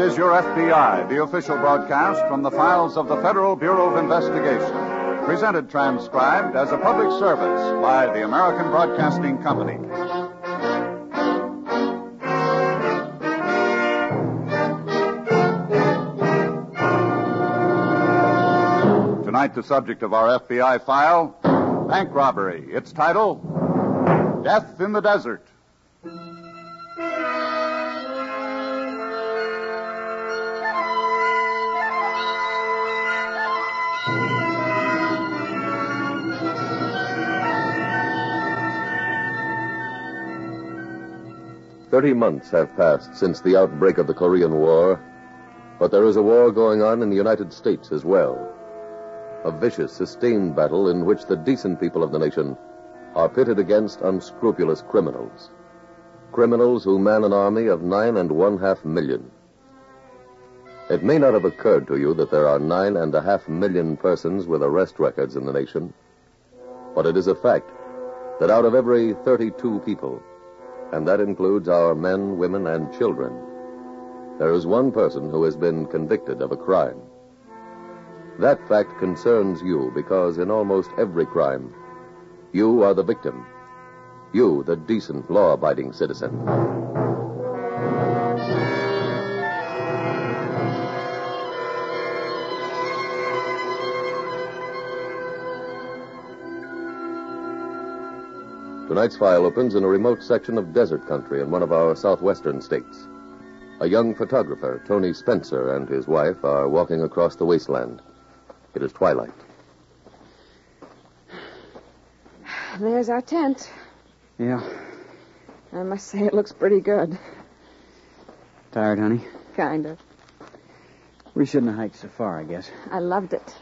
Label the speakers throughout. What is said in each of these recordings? Speaker 1: is your FBI, the official broadcast from the files of the Federal Bureau of Investigation. Presented transcribed as a public service by the American Broadcasting Company. Tonight, the subject of our FBI file bank robbery. Its title Death in the Desert.
Speaker 2: Thirty months have passed since the outbreak of the Korean War, but there is a war going on in the United States as well. A vicious, sustained battle in which the decent people of the nation are pitted against unscrupulous criminals. Criminals who man an army of nine and one half million. It may not have occurred to you that there are nine and a half million persons with arrest records in the nation, but it is a fact that out of every 32 people, and that includes our men, women, and children. There is one person who has been convicted of a crime. That fact concerns you because in almost every crime, you are the victim. You, the decent, law abiding citizen. Tonight's file opens in a remote section of desert country in one of our southwestern states. A young photographer, Tony Spencer, and his wife are walking across the wasteland. It is twilight.
Speaker 3: There's our tent.
Speaker 4: Yeah.
Speaker 3: I must say it looks pretty good.
Speaker 4: Tired, honey?
Speaker 3: Kind of.
Speaker 4: We shouldn't have hiked so far, I guess.
Speaker 3: I loved it.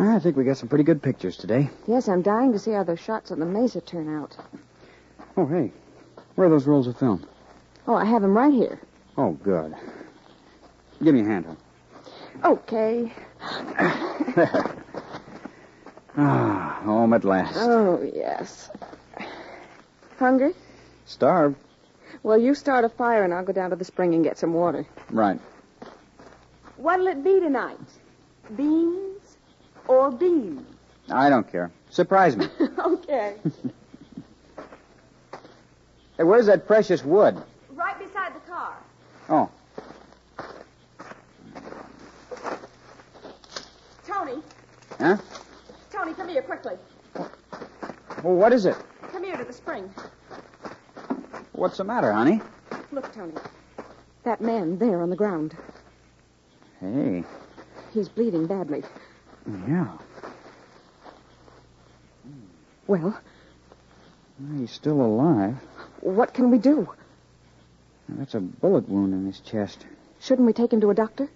Speaker 4: I think we got some pretty good pictures today.
Speaker 3: Yes, I'm dying to see how those shots on the mesa turn out.
Speaker 4: Oh, hey. Where are those rolls of film?
Speaker 3: Oh, I have 'em right here.
Speaker 4: Oh, good. Give me a hand, hon.
Speaker 3: Okay.
Speaker 4: Ah, home at last.
Speaker 3: Oh, yes. Hungry?
Speaker 4: Starved.
Speaker 3: Well, you start a fire and I'll go down to the spring and get some water.
Speaker 4: Right.
Speaker 3: What'll it be tonight? Beans or beans?
Speaker 4: I don't care. Surprise me.
Speaker 3: okay.
Speaker 4: hey, where's that precious wood?
Speaker 3: Right beside the car.
Speaker 4: Oh,
Speaker 3: Tony,
Speaker 4: huh?
Speaker 3: Tony, come here quickly.
Speaker 4: Well, what is it?
Speaker 3: Come here to the spring.
Speaker 4: What's the matter, honey?
Speaker 3: Look, Tony. That man there on the ground.
Speaker 4: Hey.
Speaker 3: He's bleeding badly.
Speaker 4: Yeah.
Speaker 3: Well,
Speaker 4: He's still alive.
Speaker 3: what can we do?
Speaker 4: That's a bullet wound in his chest.
Speaker 3: Shouldn't we take him to a doctor?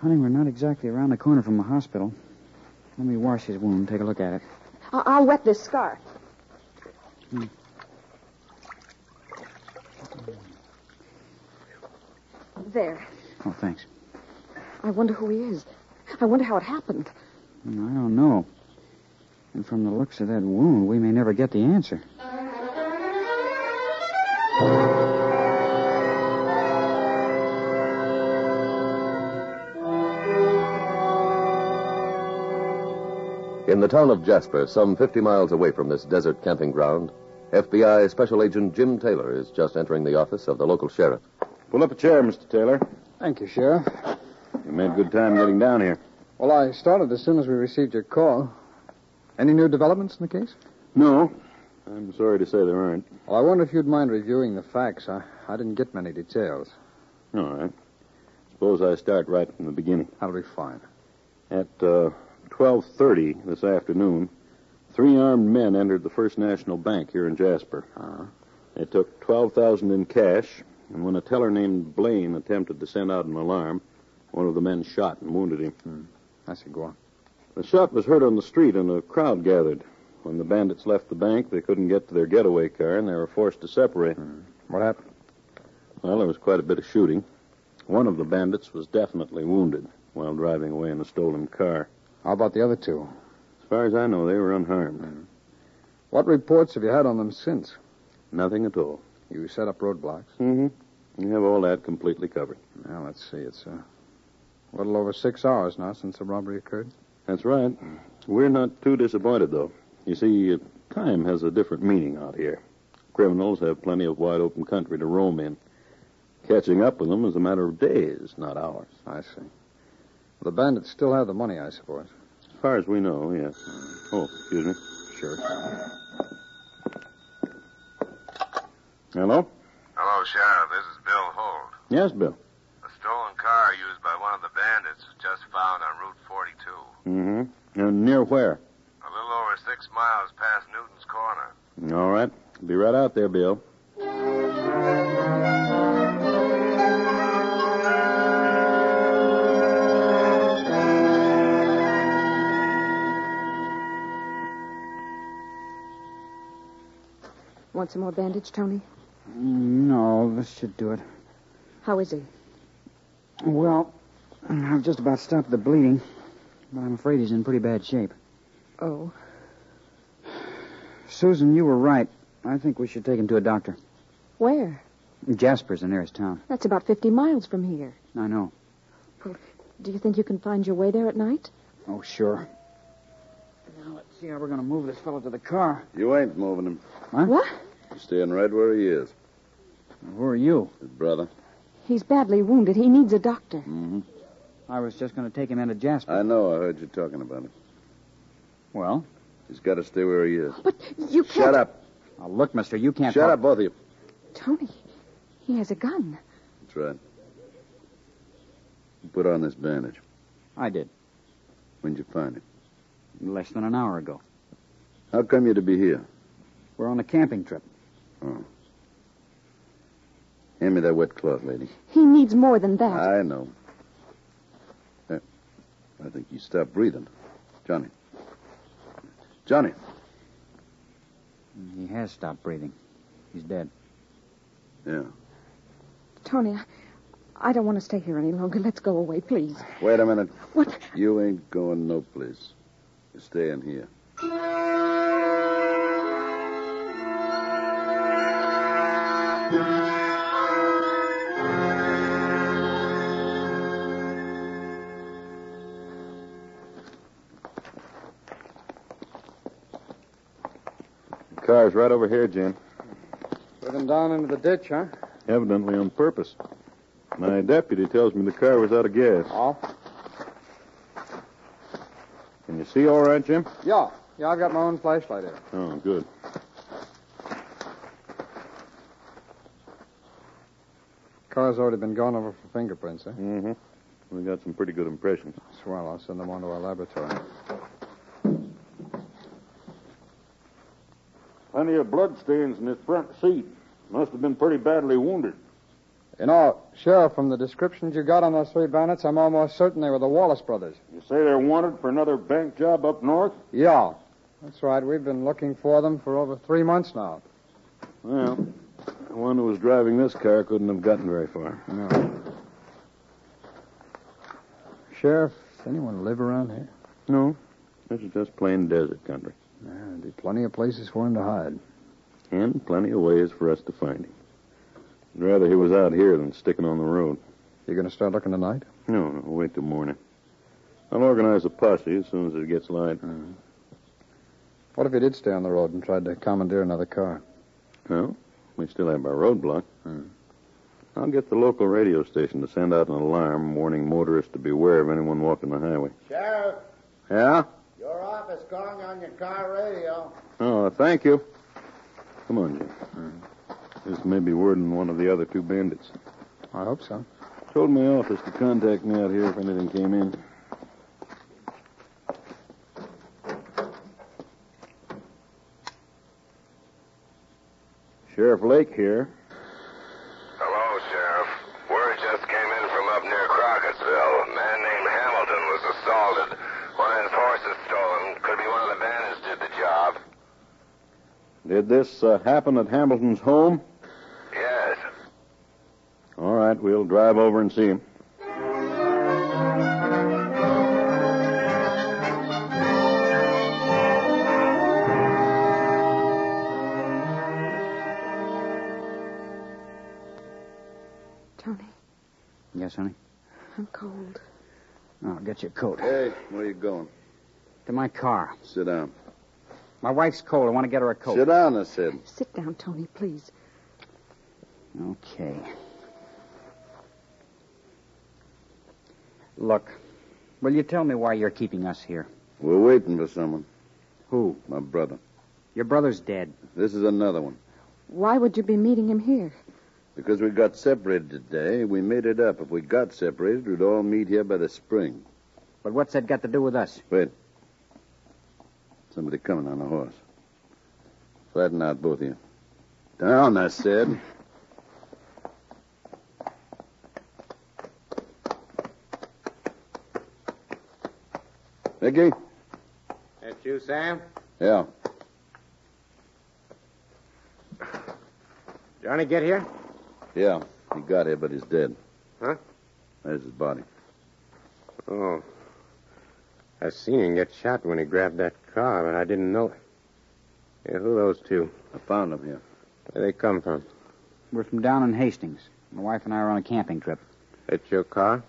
Speaker 4: Honey, we're not exactly around the corner from a hospital. Let me wash his wound, take a look at it.
Speaker 3: I- I'll wet this scarf. There.
Speaker 4: Oh, thanks.
Speaker 3: I wonder who he is. I wonder how it happened.
Speaker 4: Mm, I don't know. And from the looks of that wound, we may never get the answer.
Speaker 2: In the town of Jasper, some 50 miles away from this desert camping ground, FBI Special Agent Jim Taylor is just entering the office of the local sheriff.
Speaker 5: Pull up a chair, Mr. Taylor.
Speaker 6: Thank you, Sheriff.
Speaker 5: You made good time getting down here.
Speaker 6: Well, I started as soon as we received your call. Any new developments in the case?
Speaker 5: No, I'm sorry to say there aren't.
Speaker 6: Well, I wonder if you'd mind reviewing the facts. I, I didn't get many details.
Speaker 5: All right. Suppose I start right from the beginning.
Speaker 6: That'll be fine.
Speaker 5: At uh, 12:30 this afternoon, three armed men entered the First National Bank here in Jasper.
Speaker 6: Uh-huh.
Speaker 5: They took 12,000 in cash, and when a teller named Blaine attempted to send out an alarm, one of the men shot and wounded him.
Speaker 6: I see. Go on.
Speaker 5: The shot was heard on the street, and a crowd gathered. When the bandits left the bank, they couldn't get to their getaway car, and they were forced to separate.
Speaker 6: What happened?
Speaker 5: Well, there was quite a bit of shooting. One of the bandits was definitely wounded while driving away in a stolen car.
Speaker 6: How about the other two?
Speaker 5: As far as I know, they were unharmed.
Speaker 6: What reports have you had on them since?
Speaker 5: Nothing at all.
Speaker 6: You set up roadblocks.
Speaker 5: Mm-hmm. You have all that completely covered.
Speaker 6: Now, let's see. It's uh, a little over six hours now since the robbery occurred.
Speaker 5: That's right. We're not too disappointed, though. You see, uh, time has a different meaning out here. Criminals have plenty of wide open country to roam in. Catching up with them is a matter of days, not hours.
Speaker 6: I see. The bandits still have the money, I suppose.
Speaker 5: As far as we know, yes. Oh, excuse me. Sure. Hello?
Speaker 7: Hello, Sheriff. This is Bill Holt.
Speaker 5: Yes, Bill.
Speaker 7: A stolen car used by one of the bandits was just found on Route 42,
Speaker 5: Mm-hmm. And near where?
Speaker 7: a little over six miles past Newton's Corner.
Speaker 5: All right. Be right out there, Bill.
Speaker 3: Want some more bandage, Tony?
Speaker 4: Mm, No, this should do it.
Speaker 3: How is he?
Speaker 4: Well, I've just about stopped the bleeding, but I'm afraid he's in pretty bad shape.
Speaker 3: Oh,
Speaker 4: Susan, you were right. I think we should take him to a doctor.
Speaker 3: where?
Speaker 4: Jasper's the nearest town.
Speaker 3: That's about 50 miles from here.
Speaker 4: I know.
Speaker 3: Do you think you can find your way there at night?
Speaker 4: Oh, sure. Now, let's see how we're going to move this fellow to the car.
Speaker 2: You ain't moving him.
Speaker 4: Huh?
Speaker 3: What?
Speaker 2: He's staying right where he is.
Speaker 4: Who are you?
Speaker 2: His brother.
Speaker 3: He's badly wounded. He needs a doctor.
Speaker 4: I was just going to take him into Jasper.
Speaker 2: I know. I heard you talking about him.
Speaker 4: Well,
Speaker 2: He's got to stay where he is.
Speaker 3: But you can't.
Speaker 2: Shut up.
Speaker 4: now look, mister, you can't.
Speaker 2: Shut
Speaker 4: talk-
Speaker 2: up, both of you.
Speaker 3: Tony, he has a gun.
Speaker 2: That's right. Put on this bandage.
Speaker 4: I did.
Speaker 2: When'd you find him?
Speaker 4: Less than an hour ago.
Speaker 2: How come you to be here? Oh.
Speaker 4: We're on a camping trip.
Speaker 2: Hand me that wet cloth, lady.
Speaker 3: He needs more than that.
Speaker 2: I know.
Speaker 5: Eh,
Speaker 2: Uh, I think you stopped breathing. Johnny. Johnny.
Speaker 4: He has stopped breathing. He's dead.
Speaker 2: Yeah.
Speaker 3: Tony, I, I don't want to stay here any longer. Let's go away, please.
Speaker 2: Wait a minute.
Speaker 3: What?
Speaker 2: You ain't going no place. You're staying here.
Speaker 5: The car's right over here, Jim.
Speaker 6: Put him down into the ditch, huh?
Speaker 5: Evidently on purpose. My deputy tells me the car was out of gas.
Speaker 6: Oh?
Speaker 5: Can you see all right, Jim?
Speaker 6: Yeah. Yeah, I've got my own flashlight here.
Speaker 5: Oh, good.
Speaker 6: Car's already been gone over for fingerprints, eh?
Speaker 5: Mm-hmm. We got some pretty good impressions.
Speaker 6: Swell, I'll send them on to our laboratory.
Speaker 5: Plenty of bloodstains in his front seat. Must have been pretty badly wounded.
Speaker 6: You know, Sheriff, from the descriptions you got on those three bandits, I'm almost certain they were the Wallace brothers.
Speaker 5: You say they're wanted for another bank job up north?
Speaker 6: Yeah. That's right. We've been looking for them for over three months now.
Speaker 5: Well, the one who was driving this car couldn't have gotten very far.
Speaker 6: Sheriff, does anyone live around here?
Speaker 5: No. This is just plain desert country.
Speaker 6: There'd be plenty of places for him to hide.
Speaker 5: And plenty of ways for us to find him. I'd rather he was out here than sticking on the road.
Speaker 6: You going to start looking tonight?
Speaker 5: No, no, wait till morning. I'll organize a posse as soon as it gets light.
Speaker 6: What if he did stay on the road and tried to commandeer another car?
Speaker 5: Well, we still have our roadblock. I'll get the local radio station to send out an alarm warning motorists to beware of anyone walking the highway.
Speaker 8: Sheriff,
Speaker 5: Yeah?
Speaker 8: your office gong on your car radio.
Speaker 5: Oh, thank you. Come on, Jim. This may be word in one of the other two bandits.
Speaker 6: I hope so.
Speaker 5: Told my office to contact me out here if anything came in. Sheriff Lake here.
Speaker 7: Hello, Sheriff. Word just came in from up near Crockersville. A man named Hamilton was assaulted. One of his horses stolen. Could be one of the bandits did the job.
Speaker 5: Did this uh, happen at Hamilton's home?
Speaker 7: Yes.
Speaker 5: All right, we'll drive over and see him.
Speaker 3: Tony,
Speaker 4: Yes, honey?
Speaker 3: I'm cold.
Speaker 4: I'll get your coat.
Speaker 5: Hey, where you going?
Speaker 4: To my car.
Speaker 5: Sit down.
Speaker 4: My wife's cold. I want to get her a coat.
Speaker 5: Sit down, I said.
Speaker 3: Sit down, Tony, please.
Speaker 4: Okay. Look, will you tell me why you're keeping us here?
Speaker 5: We're waiting for someone.
Speaker 4: Who?
Speaker 5: My brother.
Speaker 4: Your brother's dead.
Speaker 5: This is another one.
Speaker 3: Why would you be meeting him here?
Speaker 5: Because we got separated today, we made it up. If we got separated, we'd all meet here by the spring.
Speaker 4: But what's that got to do with us?
Speaker 5: Somebody coming on a horse. Flatten out, both of you. Down, I said. Mickey?
Speaker 8: That you, Sam?
Speaker 5: Yeah.
Speaker 8: Johnny, get here?
Speaker 5: Yeah. He got here, but he's dead.
Speaker 8: Huh?
Speaker 5: There's his body.
Speaker 8: Oh. I seen him get shot when he grabbed that car, but I didn't know it. Yeah, who are those two?
Speaker 5: I found him here.
Speaker 8: Where they come from?
Speaker 4: We're from down in Hastings. My wife and I are on a camping trip.
Speaker 8: At your car?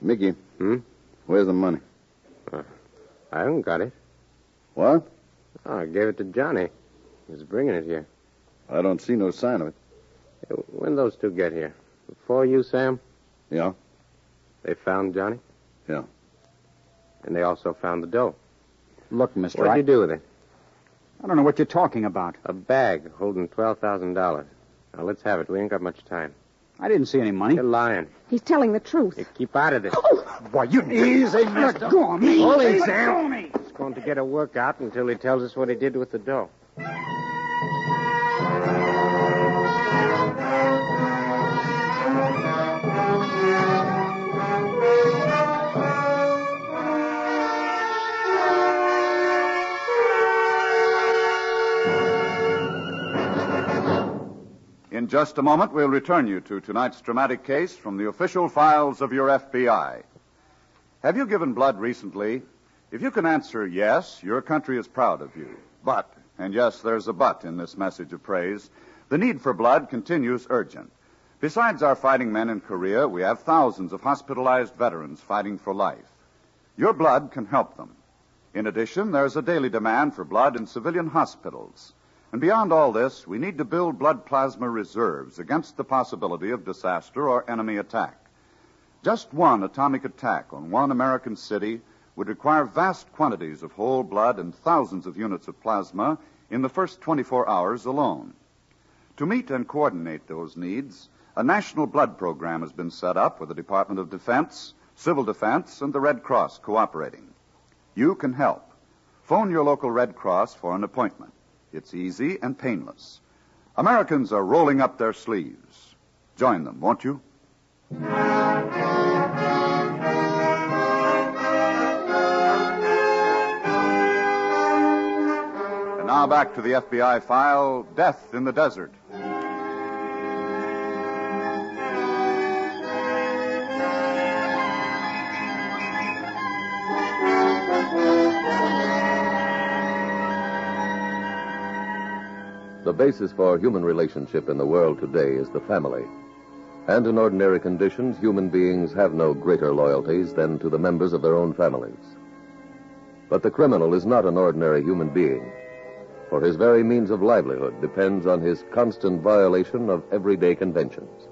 Speaker 5: Mickey.
Speaker 8: Hmm?
Speaker 5: Where's the money?
Speaker 8: I haven't got it.
Speaker 5: What?
Speaker 8: Oh, I gave it to Johnny. He's bringing it here.
Speaker 5: I don't see no sign of it.
Speaker 8: Hey, When those two get here? Before you, Sam?
Speaker 5: Yeah.
Speaker 8: They found Johnny?
Speaker 5: Yeah.
Speaker 8: And they also found the dough.
Speaker 4: Look, mister,
Speaker 8: What'd
Speaker 4: I,
Speaker 8: you do with it?
Speaker 4: I don't know what you're talking about.
Speaker 8: A bag holding $12,000. Now, let's have it. We ain't got much time.
Speaker 4: I didn't see any money.
Speaker 8: You're lying.
Speaker 3: He's telling the truth.
Speaker 8: You keep out of this.
Speaker 4: Why, you... Easy, mister. Let go of me.
Speaker 8: Holy
Speaker 4: Let
Speaker 8: Sam.
Speaker 4: go of me.
Speaker 8: He's going to get a workout until he tells us what he did with the dough.
Speaker 1: In just a moment, we'll return you to tonight's dramatic case from the official files of your FBI. Have you given blood recently? If you can answer yes, your country is proud of you. But, and yes, there's a but in this message of praise, the need for blood continues urgent. Besides our fighting men in Korea, we have thousands of hospitalized veterans fighting for life. Your blood can help them. In addition, there's a daily demand for blood in civilian hospitals. And beyond all this, we need to build blood plasma reserves against the possibility of disaster or enemy attack. Just one atomic attack on one American city would require vast quantities of whole blood and thousands of units of plasma in the first 24 hours alone. To meet and coordinate those needs, a national blood program has been set up with the Department of Defense, Civil Defense, and the Red Cross cooperating. You can help. Phone your local Red Cross for an appointment. It's easy and painless. Americans are rolling up their sleeves. Join them, won't you? And now back to the FBI file Death in the Desert.
Speaker 2: The basis for human relationship in the world today is the family. And in ordinary conditions, human beings have no greater loyalties than to the members of their own families. But the criminal is not an ordinary human being, for his very means of livelihood depends on his constant violation of everyday conventions.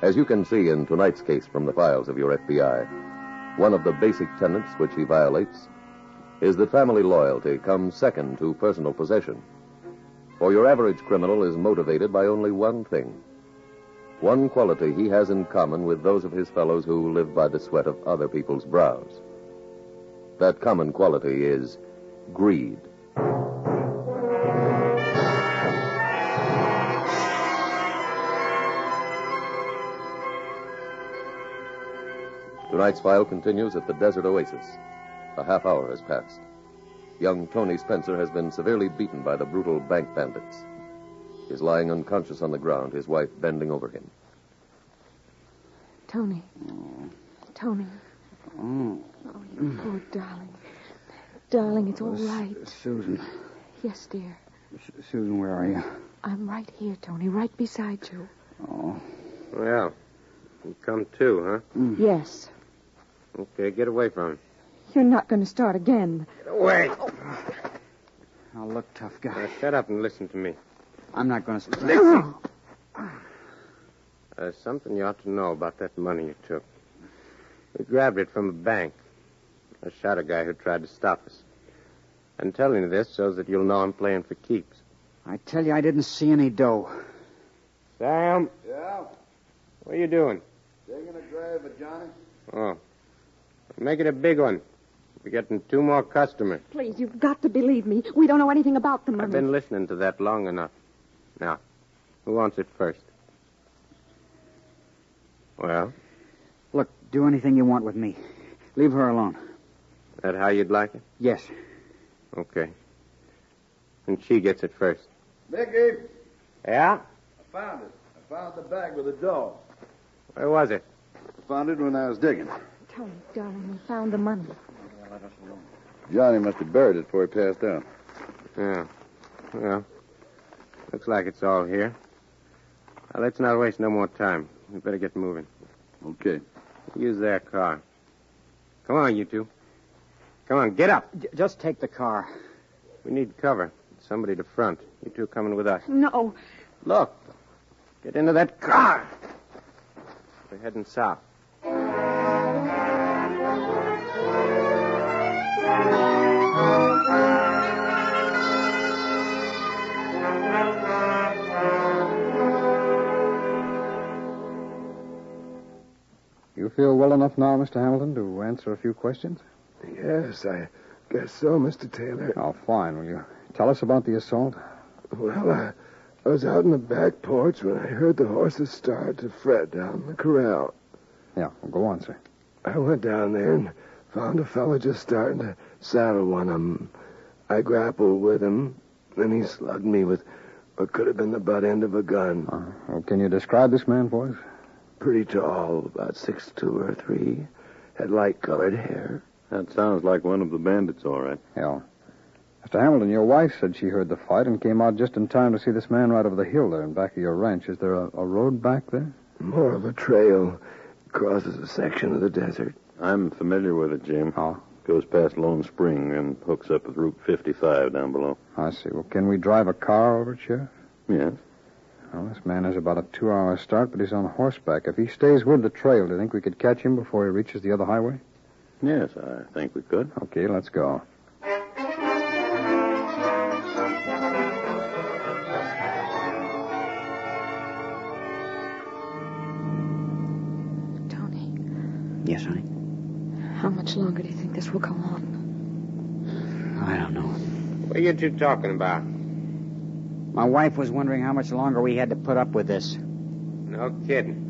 Speaker 2: As you can see in tonight's case from the files of your FBI, one of the basic tenets which he violates is that family loyalty comes second to personal possession. For your average criminal is motivated by only one thing. One quality he has in common with those of his fellows who live by the sweat of other people's brows. That common quality is greed. Tonight's file continues at the desert oasis. A half hour has passed young Tony Spencer has been severely beaten by the brutal bank bandits. He is lying unconscious on the ground, his wife bending over him.
Speaker 3: Tony. Tony.
Speaker 4: Oh,
Speaker 3: Oh, you poor darling. Darling, it's all right.
Speaker 4: Susan.
Speaker 3: Yes, dear.
Speaker 4: S- Susan, where are you?
Speaker 3: I'm right here, Tony, right beside you.
Speaker 4: Oh. Mm.
Speaker 8: Well, you come too, huh?
Speaker 3: Yes.
Speaker 8: Okay, get away from him.
Speaker 3: You're not going to start again.
Speaker 8: Get away!
Speaker 4: Now, look, tough
Speaker 8: Now,
Speaker 4: guy.
Speaker 8: shut up and listen to me.
Speaker 4: I'm not going to.
Speaker 8: There's something you ought to know about that money you took. We grabbed it from a bank. I shot a guy who tried to stop us. I'm telling you this so that you'll know I'm playing for keeps.
Speaker 4: I tell you, I didn't see any dough.
Speaker 8: Sam,
Speaker 6: Yeah?
Speaker 8: what are you doing?
Speaker 6: Digging a grave at Johnny?
Speaker 8: Oh, make it a big one. We're getting two more customers.
Speaker 3: Please, you've got to believe me. We don't know anything about the money.
Speaker 8: I've been listening to that long enough. Now, who wants it first? Well,
Speaker 4: Look, do anything you want with me. Leave her alone.
Speaker 8: that how you'd like it?
Speaker 4: Yes.
Speaker 8: Okay. And she gets it first.
Speaker 6: Mickey,
Speaker 8: Yeah?
Speaker 6: I found it. I found the bag with the dough.
Speaker 8: Where was it?
Speaker 6: Found it when I was digging.
Speaker 3: Tony, darling, we found the money.
Speaker 6: Johnny must have buried it before he passed out.
Speaker 8: Yeah. Well, looks like it's all here. Now, let's not waste no more time. We better get moving.
Speaker 6: Okay.
Speaker 8: Use their car. Come on, you two. Come on, get up.
Speaker 4: J- just take the car.
Speaker 8: We need cover. Somebody to front. You two coming with us.
Speaker 3: No.
Speaker 8: Look. Get into that car. We're heading south.
Speaker 6: You feel well enough now, Mr. Hamilton, to answer a few questions?
Speaker 9: Yes, I guess so, Mr. Taylor.
Speaker 6: Oh, fine. Will you tell us about the assault?
Speaker 9: Well, I, I was out in the back porch when I heard the horses start to fret down the corral.
Speaker 6: Yeah, well, go on, sir.
Speaker 9: I went down there and found a fellow just starting to saddle one of 'em. I grappled with him, and he slugged me with what could have been the butt end of a gun.
Speaker 6: Well, can you describe this man for us?
Speaker 9: Pretty tall, about six two or three. Had light colored hair.
Speaker 5: That sounds like one of the bandits, all right.
Speaker 6: Yeah. Mr. Hamilton, your wife said she heard the fight and came out just in time to see this man right over the hill there in back of your ranch. Is there a, a road back there?
Speaker 9: More of a trail. Crosses a section of the desert.
Speaker 5: I'm familiar with it, Jim.
Speaker 6: Oh.
Speaker 5: Goes past Lone Spring and hooks up with Route 55 down below.
Speaker 6: I see. Well, can we drive a car over it, Sheriff?
Speaker 5: Yes.
Speaker 6: Well, this man has about a two-hour start, but he's on horseback. If he stays with the trail, do you think we could catch him before he reaches the other highway?
Speaker 5: Yes, I think we could.
Speaker 6: Okay, let's go.
Speaker 3: Tony,
Speaker 4: Yes, honey?
Speaker 3: how much longer do you think this will go on?
Speaker 4: I don't know.
Speaker 8: What are you two talking about?
Speaker 4: My wife was wondering how much longer we had to put up with this.
Speaker 8: No kidding.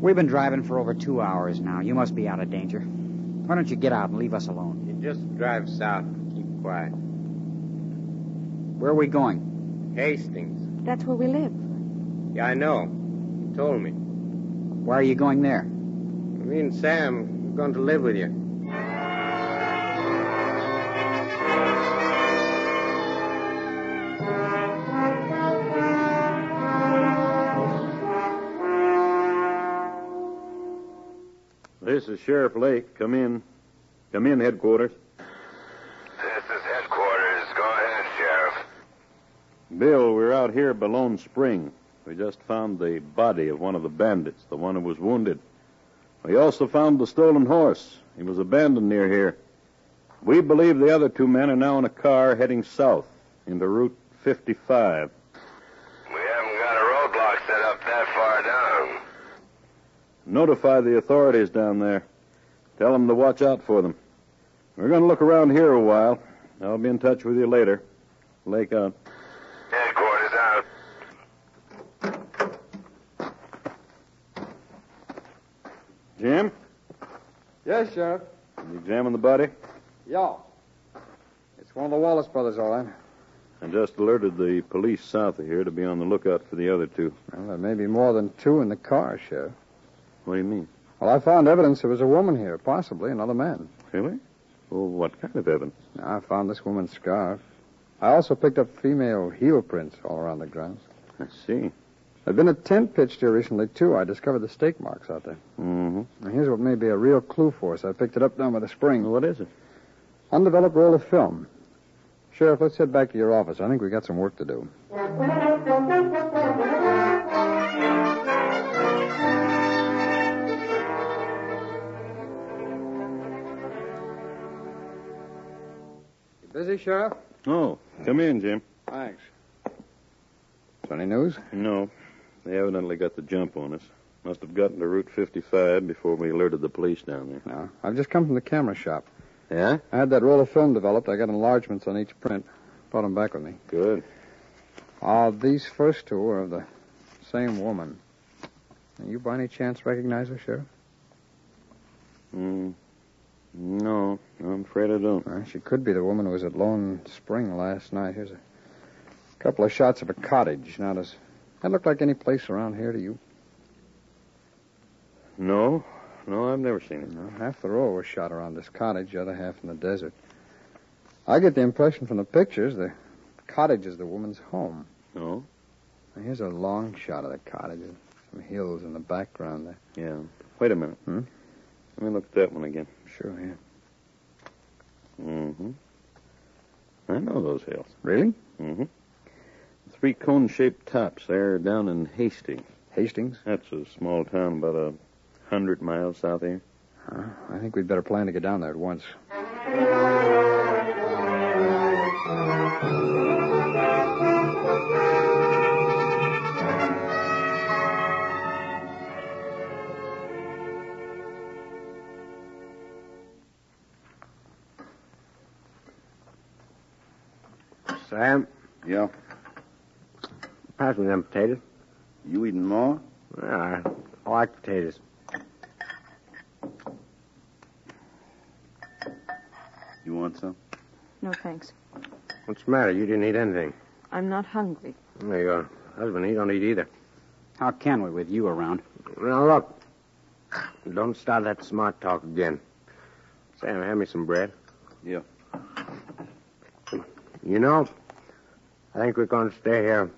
Speaker 4: We've been driving for over two hours now. You must be out of danger. Why don't you get out and leave us alone?
Speaker 8: You just drive south. Keep quiet.
Speaker 4: Where are we going?
Speaker 8: Hastings.
Speaker 3: That's where we live.
Speaker 8: Yeah, I know. You told me.
Speaker 4: Why are you going there?
Speaker 8: Me and Sam are going to live with you.
Speaker 5: This is Sheriff Lake. Come in. Come in, headquarters.
Speaker 7: This is headquarters. Go ahead, Sheriff.
Speaker 5: Bill, we're out here by Lone Spring. We just found the body of one of the bandits, the one who was wounded. We also found the stolen horse. He was abandoned near here. We believe the other two men are now in a car heading south into Route 55.
Speaker 7: We haven't got a roadblock set up that far down.
Speaker 5: Notify the authorities down there. Tell them to watch out for them. We're going to look around here a while. I'll be in touch with you later. Lake uh, out.
Speaker 7: Headquarters out.
Speaker 5: Jim,
Speaker 6: Yes, Sheriff.
Speaker 5: you examine the body?
Speaker 6: Yeah. It's one of the Wallace brothers, all right.
Speaker 5: I just alerted the police south of here to be on the lookout for the other two.
Speaker 6: Well, there may be more than two in the car, Sheriff.
Speaker 5: What do you mean?
Speaker 6: Well, I found evidence there was a woman here, possibly another man.
Speaker 5: Really? Well, what kind of evidence?
Speaker 6: I found this woman's scarf. I also picked up female heel prints all around the grounds.
Speaker 5: I see.
Speaker 6: There'd been a tent pitched here recently, too. I discovered the stake marks out there.
Speaker 5: Mm-hmm.
Speaker 6: Now, here's what may be a real clue for us. I picked it up down by the spring.
Speaker 5: What is it?
Speaker 6: Undeveloped roll of film. Sheriff, let's head back to your office. I think we got some work to do. You busy, Sheriff?
Speaker 5: Oh, come in, Jim.
Speaker 6: Thanks. Any news?
Speaker 5: No, they evidently got the jump on us. Must have gotten to Route 55 before we alerted the police down
Speaker 6: No. I've just come from the camera shop.
Speaker 5: there. Yeah?
Speaker 6: I had that roll of film developed. I got enlargements on each print. Brought 'em back with me.
Speaker 5: Good.
Speaker 6: Ah, these first two are of the same woman. You by any chance recognize her, Sheriff?
Speaker 5: Mm. No, I'm afraid I don't.
Speaker 6: Well, she could be the woman who was at Lone Spring last night. Here's a couple of shots of a cottage. Now, does that look like any place around here to you?
Speaker 5: No, no, I've never seen it.
Speaker 6: No, half the row was shot around this cottage, the other half in the desert. I get the impression from the pictures the cottage is the woman's home.
Speaker 5: No?
Speaker 6: Now, here's a long shot of the cottage and some hills in the background there.
Speaker 5: Yeah. Wait a minute.
Speaker 6: Hmm?
Speaker 5: Let me look at that one again.
Speaker 6: Sure, yeah.
Speaker 5: Mm-hmm. I know those hills.
Speaker 6: Really?
Speaker 5: Mm-hmm. Three cone-shaped tops there down in Hastings.
Speaker 6: Hastings?
Speaker 5: That's a small town about a hundred miles south here.
Speaker 6: Huh? I think we'd better plan to get down there at once.
Speaker 8: Sam,
Speaker 10: Yeah.
Speaker 8: pass me them potatoes.
Speaker 10: You eating more?
Speaker 8: Well, I, I like potatoes.
Speaker 10: You want some?
Speaker 3: No, thanks.
Speaker 8: What's the matter? You didn't eat anything.
Speaker 3: I'm not hungry.
Speaker 8: There you are. Husband, he don't eat either.
Speaker 4: How can we with you around?
Speaker 8: Now, look. Don't start that smart talk again. Sam, hand me some bread.
Speaker 10: Yeah.
Speaker 8: You know, I think we're going to stay here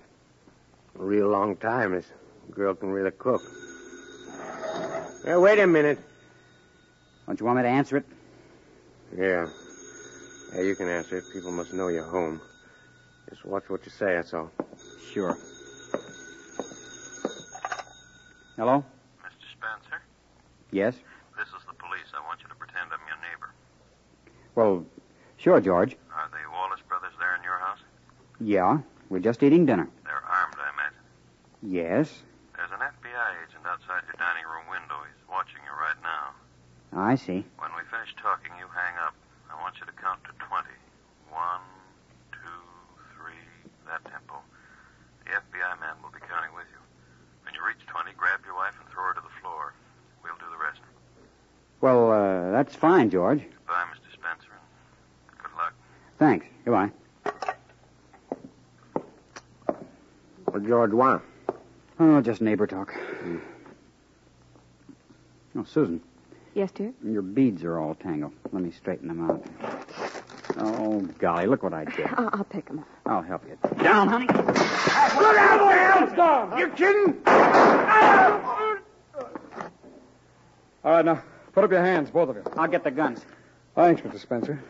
Speaker 8: a real long time. This girl can really cook. Hey, wait a minute.
Speaker 4: Don't you want me to answer it?
Speaker 8: Yeah. Yeah, you can answer it. People must know you're home. Just watch what you say, that's all.
Speaker 4: Sure. Hello?
Speaker 7: Mr. Spencer,
Speaker 4: Yes?
Speaker 7: this is the police. I want you to pretend I'm your neighbor.
Speaker 4: Well, sure, George.
Speaker 7: Are the Wallace brothers there in your house?
Speaker 4: Yeah, we're just eating dinner.
Speaker 7: They're armed, I imagine.
Speaker 4: Yes,
Speaker 7: There's an FBI agent outside your dining room window. He's watching you right now.
Speaker 4: I see.
Speaker 7: When we finish talking, you hang up. I want you to count to 20. One, two, three, that tempo. The FBI man will be counting with you. When you reach 20, grab your wife and throw her to the floor. We'll do the rest.
Speaker 4: Well, uh, that's fine, George.
Speaker 7: Goodbye, Mr. Spencer, and good luck.
Speaker 4: Thanks. Goodbye.
Speaker 8: Well, George, why?
Speaker 4: Oh, just neighbor talk.
Speaker 6: Hmm.
Speaker 4: Oh, Susan,
Speaker 3: Yes, dear?
Speaker 4: your beads are all tangled. Let me straighten them out. Oh, golly, look what I did.
Speaker 3: I'll, I'll pick him up.
Speaker 4: I'll help you. Down, honey.
Speaker 6: All right, now, put up your hands, both of you.
Speaker 4: I'll get the guns.
Speaker 6: Thanks, Mr. Spencer.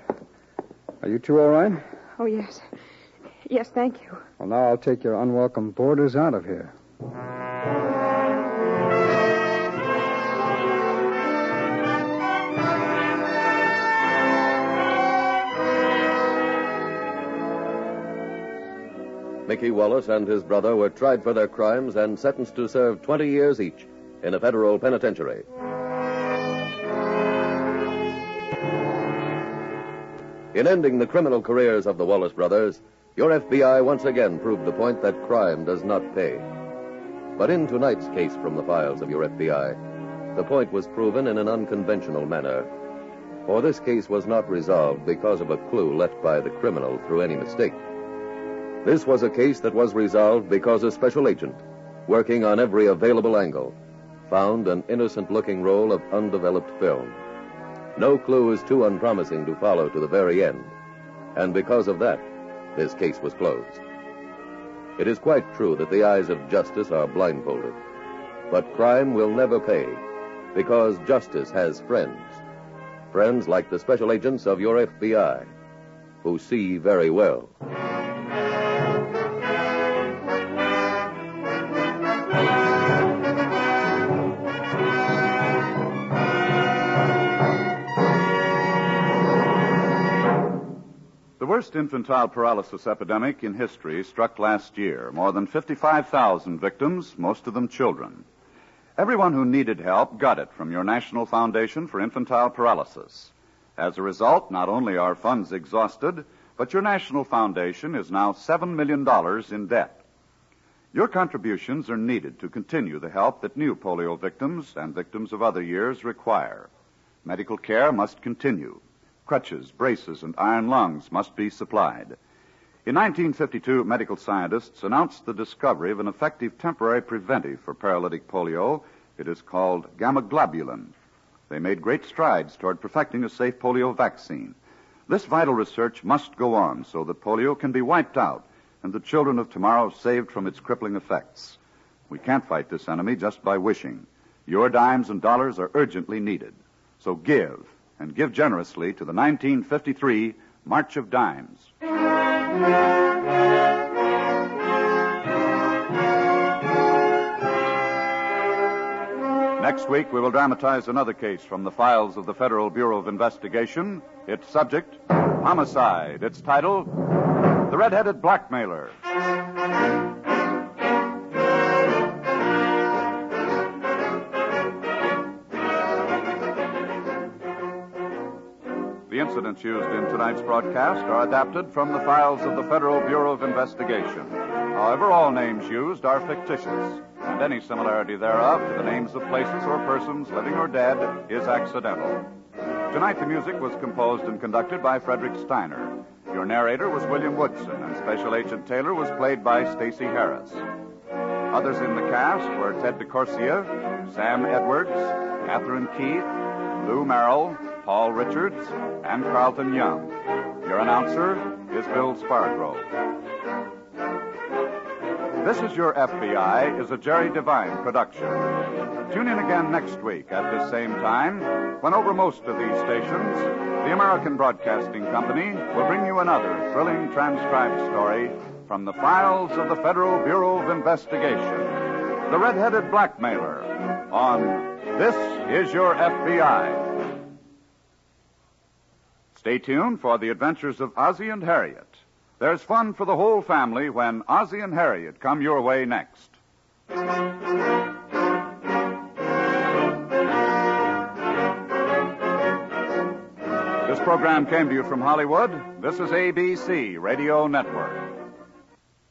Speaker 6: Are you two all right?
Speaker 3: Oh, yes. Yes, thank you.
Speaker 6: Well, now I'll take your unwelcome boarders out of here.
Speaker 2: Mickey Wallace and his brother were tried for their crimes and sentenced to serve 20 years each in a federal penitentiary. In ending the criminal careers of the Wallace brothers, your FBI once again proved the point that crime does not pay. But in tonight's case from the files of your FBI, the point was proven in an unconventional manner. For this case was not resolved because of a clue left by the criminal through any mistake. This was a case that was resolved because a special agent, working on every available angle, found an innocent looking roll of undeveloped film. No clue is too unpromising to follow to the very end, and because of that, this case was closed. It is quite true that the eyes of justice are blindfolded. But crime will never pay because justice has friends. Friends like the special agents of your FBI who see very well.
Speaker 1: The worst infantile paralysis epidemic in history struck last year. More than 55,000 victims, most of them children. Everyone who needed help got it from your National Foundation for Infantile Paralysis. As a result, not only are funds exhausted, but your National Foundation is now $7 million in debt. Your contributions are needed to continue the help that new polio victims and victims of other years require. Medical care must continue. Crutches, braces, and iron lungs must be supplied. In 1952, medical scientists announced the discovery of an effective temporary preventive for paralytic polio. It is called gamma globulin. They made great strides toward perfecting a safe polio vaccine. This vital research must go on so that polio can be wiped out and the children of tomorrow saved from its crippling effects. We can't fight this enemy just by wishing. Your dimes and dollars are urgently needed. So give, and give generously to the 1953 March of Dimes. Next week, we will dramatize another case from the files of the Federal Bureau of Investigation. Its subject, homicide. Its title, The Red-Headed Blackmailer. The incidents used in tonight's broadcast are adapted from the files of the Federal Bureau of Investigation. However, all names used are fictitious, and any similarity thereof to the names of places or persons, living or dead, is accidental. Tonight, the music was composed and conducted by Frederick Steiner. Your narrator was William Woodson, and Special Agent Taylor was played by Stacy Harris. Others in the cast were Ted DeCorsia, Sam Edwards, Catherine Keith, Lou Merrill, Paul Richards, and Carlton Young. Your announcer is Bill Spargrove. This is Your FBI is a Jerry Devine production. Tune in again next week at this same time when, over most of these stations, the American Broadcasting Company will bring you another thrilling transcribed story from the files of the Federal Bureau of Investigation The Red-Headed Blackmailer on This Is Your FBI. Stay tuned for the adventures of Ozzie and Harriet. There's fun for the whole family when Ozzie and Harriet come your way next. This program came to you from Hollywood. This is ABC Radio Network.